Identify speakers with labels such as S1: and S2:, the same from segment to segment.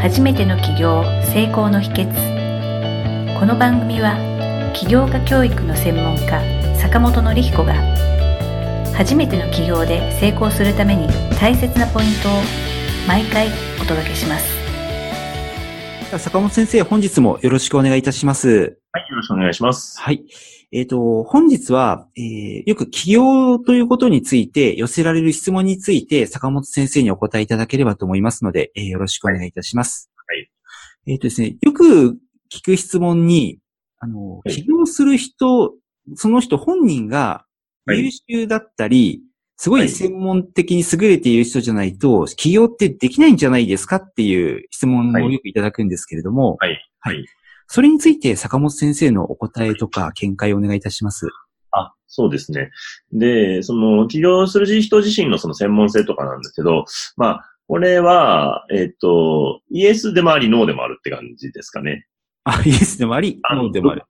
S1: 初めての起業成功の秘訣この番組は起業家教育の専門家坂本則彦が初めての起業で成功するために大切なポイントを毎回お届けします
S2: 坂本先生、本日もよろしくお願いいたします。
S3: はい、よろしくお願いします。
S2: はい。えっ、ー、と、本日は、えー、よく起業ということについて寄せられる質問について、坂本先生にお答えいただければと思いますので、えー、よろしくお願いいたします。
S3: はい。
S2: えっ、ー、とですね、よく聞く質問に、あの、起業する人、その人本人が優秀だったり、すごい専門的に優れている人じゃないと、起業ってできないんじゃないですかっていう質問をよくいただくんですけれども、
S3: はい。はい。はい、
S2: それについて坂本先生のお答えとか見解をお願いいたします。
S3: あ、そうですね。で、その、起業する人自身のその専門性とかなんですけど、まあ、これは、えっ、ー、と、イエスでもあり、ノーでもあるって感じですかね。
S2: あ、イエスでもあり、ノーでもある。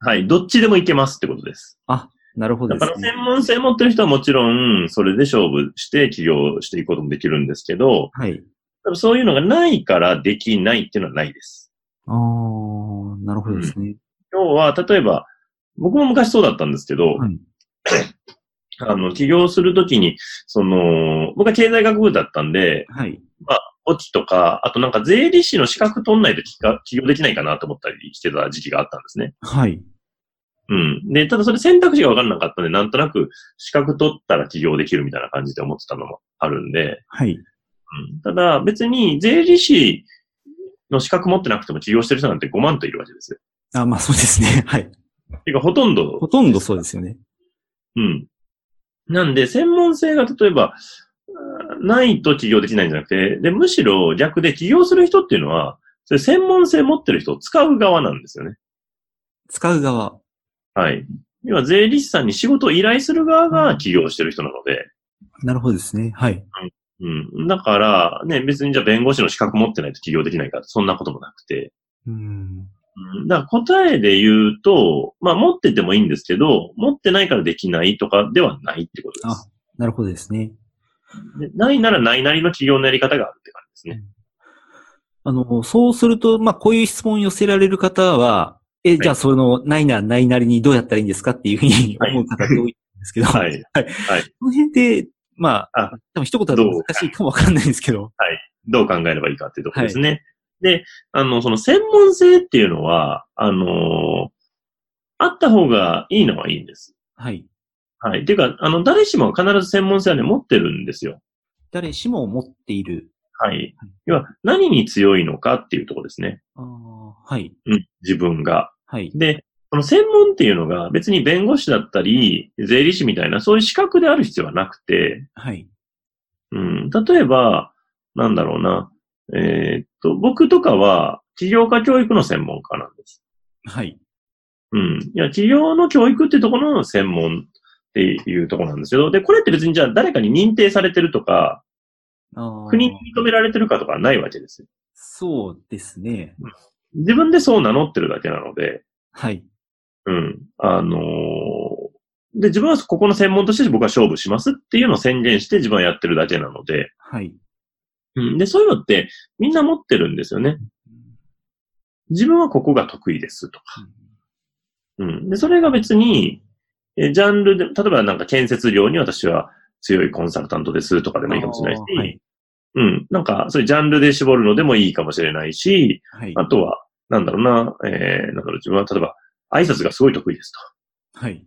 S3: はい、どっちでもいけますってことです。
S2: あ、なるほど、ね、
S3: だから専門性持ってる人はもちろん、それで勝負して起業していくこともできるんですけど、
S2: はい。
S3: そういうのがないからできないっていうのはないです。
S2: ああ、なるほどですね、うん。
S3: 要は、例えば、僕も昔そうだったんですけど、はい、あの、起業するときに、その、僕は経済学部だったんで、
S2: はい。
S3: まあ、オチとか、あとなんか税理士の資格取んないと起業できないかなと思ったりしてた時期があったんですね。
S2: はい。
S3: うん。で、ただそれ選択肢が分からなかったんで、なんとなく資格取ったら起業できるみたいな感じで思ってたのもあるんで。、
S2: はい。うん
S3: ただ、別に税理士の資格持ってなくても起業してる人なんて5万といるわけですよ。
S2: あ、まあそうですね。 はい。
S3: ていうか、ほとんど。
S2: ほとんどそうですよね。
S3: うん。なんで、専門性が例えば、ないと起業できないんじゃなくて、で、むしろ逆で起業する人っていうのは、それ専門性持ってる人を使う側なんですよね。
S2: 使う側。
S3: はい。要は税理士さんに仕事を依頼する側が起業してる人なので。
S2: なるほどですね。はい。
S3: うん。うん、だから、ね、別にじゃあ弁護士の資格持ってないと起業できないから、そんなこともなくて。
S2: うん。
S3: だから答えで言うと、まあ持っててもいいんですけど、持ってないからできないとかではないってことです。あ、
S2: なるほどですね。
S3: でないならないなりの起業のやり方があるって感じですね。
S2: あの、そうすると、まあこういう質問寄せられる方は、え、じゃあ、その、ないな、ないなりにどうやったらいいんですかっていうふうに思う方が多いんですけど、
S3: はい。はい。はい。はい、こ
S2: の辺で、まあ、あ多分一言だと難しいかもわかんないんですけど。
S3: はい。どう考えればいいかっていうところですね。はい、で、あの、その専門性っていうのは、あのー、あった方がいいのはいいんです。
S2: はい。
S3: はい。ていうか、あの、誰しも必ず専門性はね、持ってるんですよ。
S2: 誰しも持っている。
S3: はい。要は、何に強いのかっていうところですね。
S2: あはい。
S3: うん、自分が。
S2: はい。
S3: で、この専門っていうのが別に弁護士だったり、税理士みたいな、そういう資格である必要はなくて、
S2: はい。
S3: うん、例えば、なんだろうな、えー、っと、僕とかは、起業家教育の専門家なんです。
S2: はい。
S3: うん。いや、起業の教育ってところの専門っていうところなんですけど、で、これって別にじゃあ誰かに認定されてるとか、国に認められてるかとかないわけですよ。
S2: そうですね。うん
S3: 自分でそう名乗ってるだけなので。
S2: はい。
S3: うん。あのー、で、自分はここの専門として僕は勝負しますっていうのを宣言して自分はやってるだけなので。
S2: はい。
S3: うん。で、そういうのってみんな持ってるんですよね。自分はここが得意ですとか。うん。で、それが別に、え、ジャンルで、例えばなんか建設業に私は強いコンサルタントですとかでもいいかもしれないし、はい、うん。なんか、そういうジャンルで絞るのでもいいかもしれないし、
S2: はい、
S3: あとは、なんだろうな、えー、なんだろう、自分は例えば、挨拶がすごい得意です
S2: と。はい。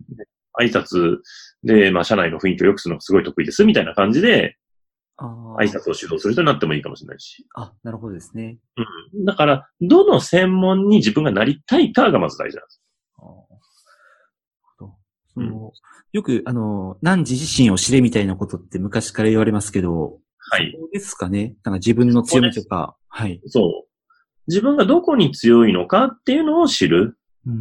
S3: 挨拶で、まあ、社内の雰囲気を良くするのがすごい得意です、みたいな感じで、挨拶を主導する人になってもいいかもしれないし。
S2: あ、なるほどですね。
S3: うん。だから、どの専門に自分がなりたいかがまず大事なんです。あ
S2: その、うん、よく、あの、何時自身を知れみたいなことって昔から言われますけど、
S3: はい。そう
S2: ですかね。なんか自分の強みとか、はい。
S3: そう。自分がどこに強いのかっていうのを知るっ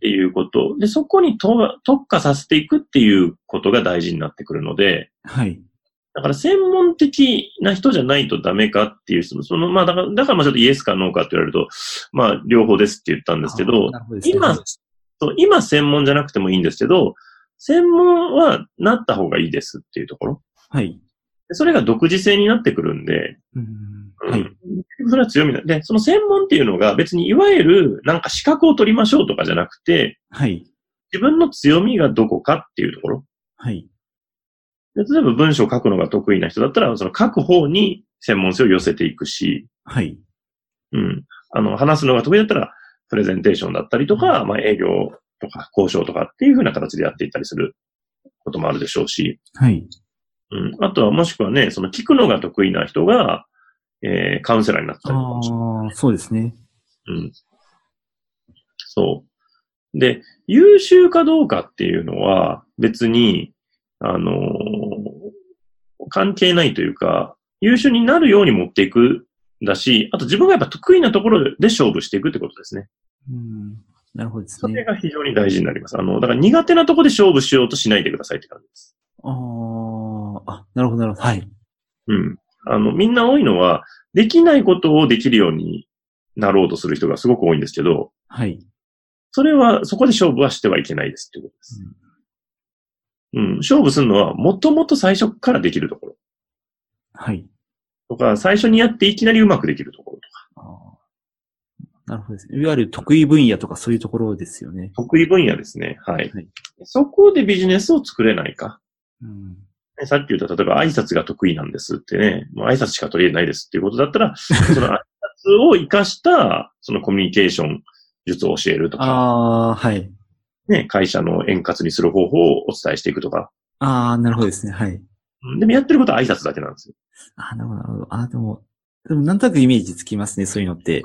S3: ていうこと。で、そこに特化させていくっていうことが大事になってくるので。
S2: はい。
S3: だから専門的な人じゃないとダメかっていうその、まあだから、だからまあちょっとイエスかノーかって言われると、まあ両方ですって言ったんですけど、どね、今、今専門じゃなくてもいいんですけど、専門はなった方がいいですっていうところ。
S2: はい。
S3: それが独自性になってくるんで、
S2: うんはい、
S3: それは強みなんで、その専門っていうのが別にいわゆるなんか資格を取りましょうとかじゃなくて、
S2: はい。
S3: 自分の強みがどこかっていうところ。
S2: はい。
S3: で例えば文章を書くのが得意な人だったら、その書く方に専門性を寄せていくし、
S2: はい。
S3: うん。あの、話すのが得意だったら、プレゼンテーションだったりとか、まあ営業とか交渉とかっていう風な形でやっていったりすることもあるでしょうし、
S2: はい。
S3: うん。あとはもしくはね、その聞くのが得意な人が、えー、カウンセラーになったりとかもし
S2: ああ、そうですね。
S3: うん。そう。で、優秀かどうかっていうのは別に、あのー関係ないというか、優秀になるように持っていくんだし、あと自分がやっぱ得意なところで勝負していくってことですね。
S2: うん。なるほどです
S3: それ
S2: ね。
S3: が非常に大事になります。あの、だから苦手なところで勝負しようとしないでくださいって感じです。
S2: あーあ、なるほど、なるほど。はい。
S3: うん。あの、みんな多いのは、できないことをできるようになろうとする人がすごく多いんですけど、
S2: はい。
S3: それは、そこで勝負はしてはいけないですっていうことです。うん、勝負するのは、もともと最初からできるところ
S2: はい。
S3: とか、最初にやっていきなりうまくできるところと
S2: あーなるほどですね。いわゆる得意分野とかそういうところですよね。
S3: か、得意分野ですね。はい。
S2: はい
S3: そこでビジネスを作れないか。
S2: うん。
S3: ねさっき言った、例えば挨拶が得意なんですってね、もう挨拶しか取り入れないですっていうことだっ たら、その挨拶を活かした、そのコミュニケーション術を教えるとか、
S2: ああ、はい。
S3: ね、会社の円滑にする方法をお伝えしていくとか。
S2: ああ、なるほどですね。はい。
S3: うんでもやってることは挨拶だけなんですよ。
S2: ああ、なるほど、なるほど。ああ、でも、でもなんとなくイメージつきますね、そういうのって。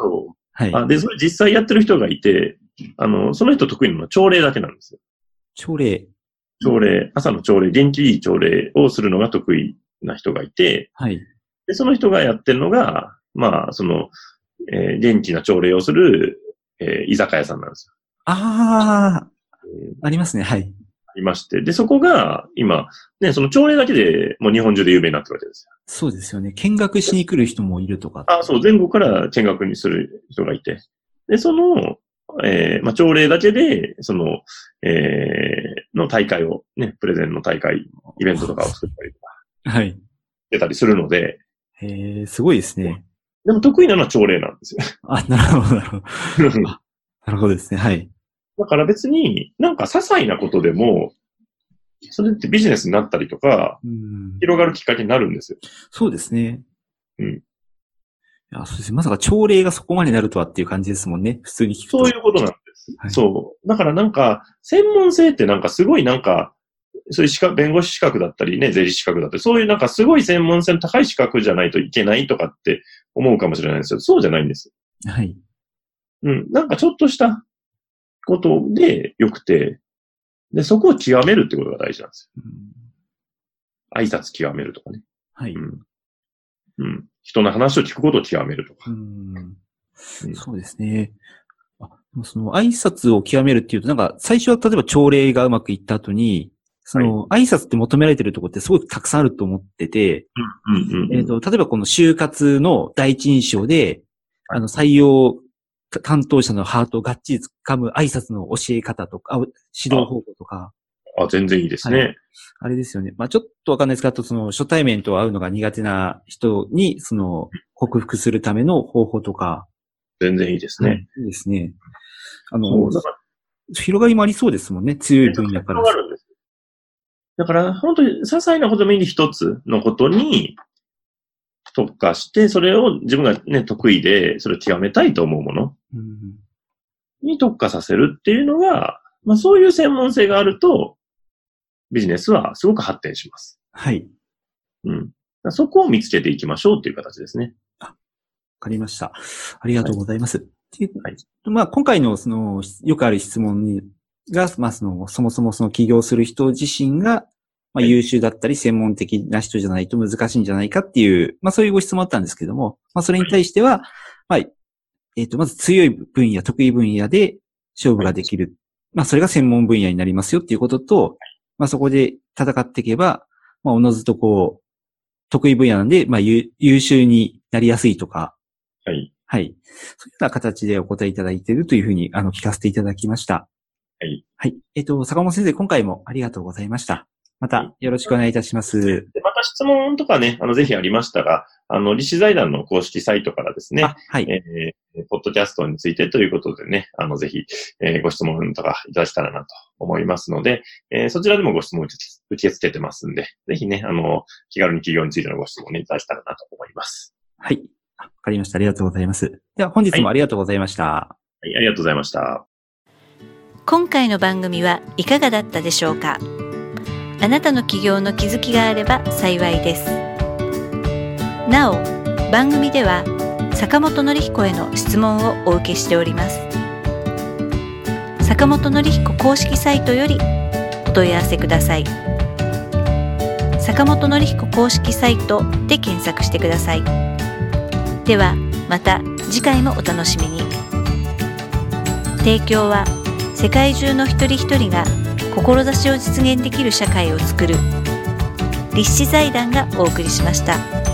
S2: はい。
S3: あで、それ実際やってる人がいて、あの、その人得意なのは朝礼だけなんですよ。
S2: 朝礼。
S3: 朝礼、朝の朝礼、元気いい朝礼をするのが得意な人がいて、
S2: はい。
S3: で、その人がやってるのが、まあ、その、えー元気な朝礼をする、えー居酒屋さんなんです
S2: ああ、
S3: よ。えー
S2: ありますね。はい。
S3: ありまして。で、そこが、今、ね、その朝礼だけでもう日本中で有名になってるわけですよ。
S2: そうですよね。見学しに来る人もいるとか。
S3: あそう、全国から見学にする人がいて。で、その、えーまあ、朝礼だけで、その、えーの大会を、ね、プレゼンの大会、イベントとかを作ったりとか、
S2: はい。
S3: 出たりするので、
S2: へえ、すごいですね。
S3: でも得意なのは朝礼なんです
S2: あ、なるほど、なるほど。
S3: よ。
S2: なるほどですね。はい。
S3: だから別に、なんか些細なことでも、それってビジネスになったりとか、
S2: うん
S3: 広がるきっかけになるんですよ。
S2: そうですね。
S3: うん
S2: いや、そうですね。まさか朝礼がそこまでなるとはっていう感じですもんね。普通に聞くと。
S3: そういうことなんです。
S2: はい
S3: そう。だからなんか、専門性ってなんかすごいなんか、そういう資格、弁護士資格だったりね、税理士資格だったり、そういうなんかすごい専門性の高い資格じゃないといけないとかって思うかもしれないんですよ。そうじゃないんです。
S2: はい。
S3: うん。なんかちょっとしたことで良くて、で、そこを極めるってことが大事なんです
S2: うん
S3: よ。挨拶極めるとかね。
S2: はい。
S3: うん。うん。人の話を聞くことを極めるとか。
S2: うんそうですね。あでもその挨拶を極めるっていうと、なんか最初は例えば朝礼がうまくいった後に、その挨拶って求められてるところってすごくたくさんあると思ってて、
S3: うんうん、
S2: えっ、と、例えばこの就活の第一印象で、あの、採用担当者のハートをがっちり掴む挨拶の教え方とか、あ指導方法とか、
S3: あ、全然いいですね。
S2: はあれですよね。まあちょっとわかんないですけど、あとその初対面と会うのが苦手な人に、その、克服するための方法とか、
S3: 全然いいですね。
S2: いいですね。あ
S3: そ
S2: の
S3: う、だから
S2: 広がりもありそうですもんね。強い分野から。
S3: 広がるんです。だから、本当に些細なことでもいいんで一つのことに特化して、それを自分がね、得意で、それを極めたいと思うもの
S2: うん
S3: に特化させるっていうのが、まあそういう専門性があると、ビジネスはすごく発展します。
S2: はい。わ
S3: うん。だからそこを見つけていきましょうっていう形ですね。
S2: かりました。ありがとうございます。で
S3: はい
S2: まあ、今回の、その、よくある質問にが、まあ、その、そもそもその起業する人自身が、まあ、
S3: はい
S2: 優秀だったり、専門的な人じゃないと難しいんじゃないかっていう、まあ、そういうご質問あったんですけども、まあ、それに対しては、まあ、えっ、と、まず強い分野、得意分野で勝負ができる。まあ、それが専門分野になりますよっていうことと、まあ、そこで戦っていけば、まあ、おのずとこう、得意分野なんで、まあ、優優秀になりやすいとか、
S3: はい。
S2: はい。そういうような形でお答えいただいているというふうに、あの、聞かせていただきました。
S3: はい。
S2: はい。えっ、と、坂本先生、今回もありがとうございました。またよろしくお願いいたします。
S3: でまた質問とかね、あの、ぜひありましたら、あの、立志財団の公式サイトからですね
S2: あ、、はい。
S3: えーポッドキャストについてということでね、あの、ぜひ、えーご質問とかいただけたらなと思いますので、えーそちらでもご質問受け受け付けてますんで、ぜひね、あの、気軽に企業についてのご質問ね、いただけたらなと思います。
S2: はい。あわかりました。ありがとうございます。では、本日もありがとうございました。
S3: はい、ありがとうございました。
S1: 今回の番組はいかがだったでしょうかあなたの起業の気づきがあれば幸いですなお番組では坂本典彦への質問をお受けしております坂本典彦公式サイトよりお問い合わせください坂本典彦公式サイトで検索してくださいではまた次回もお楽しみに提供は世界中の一人一人が志を実現できる社会を作る立志財団がお送りしました。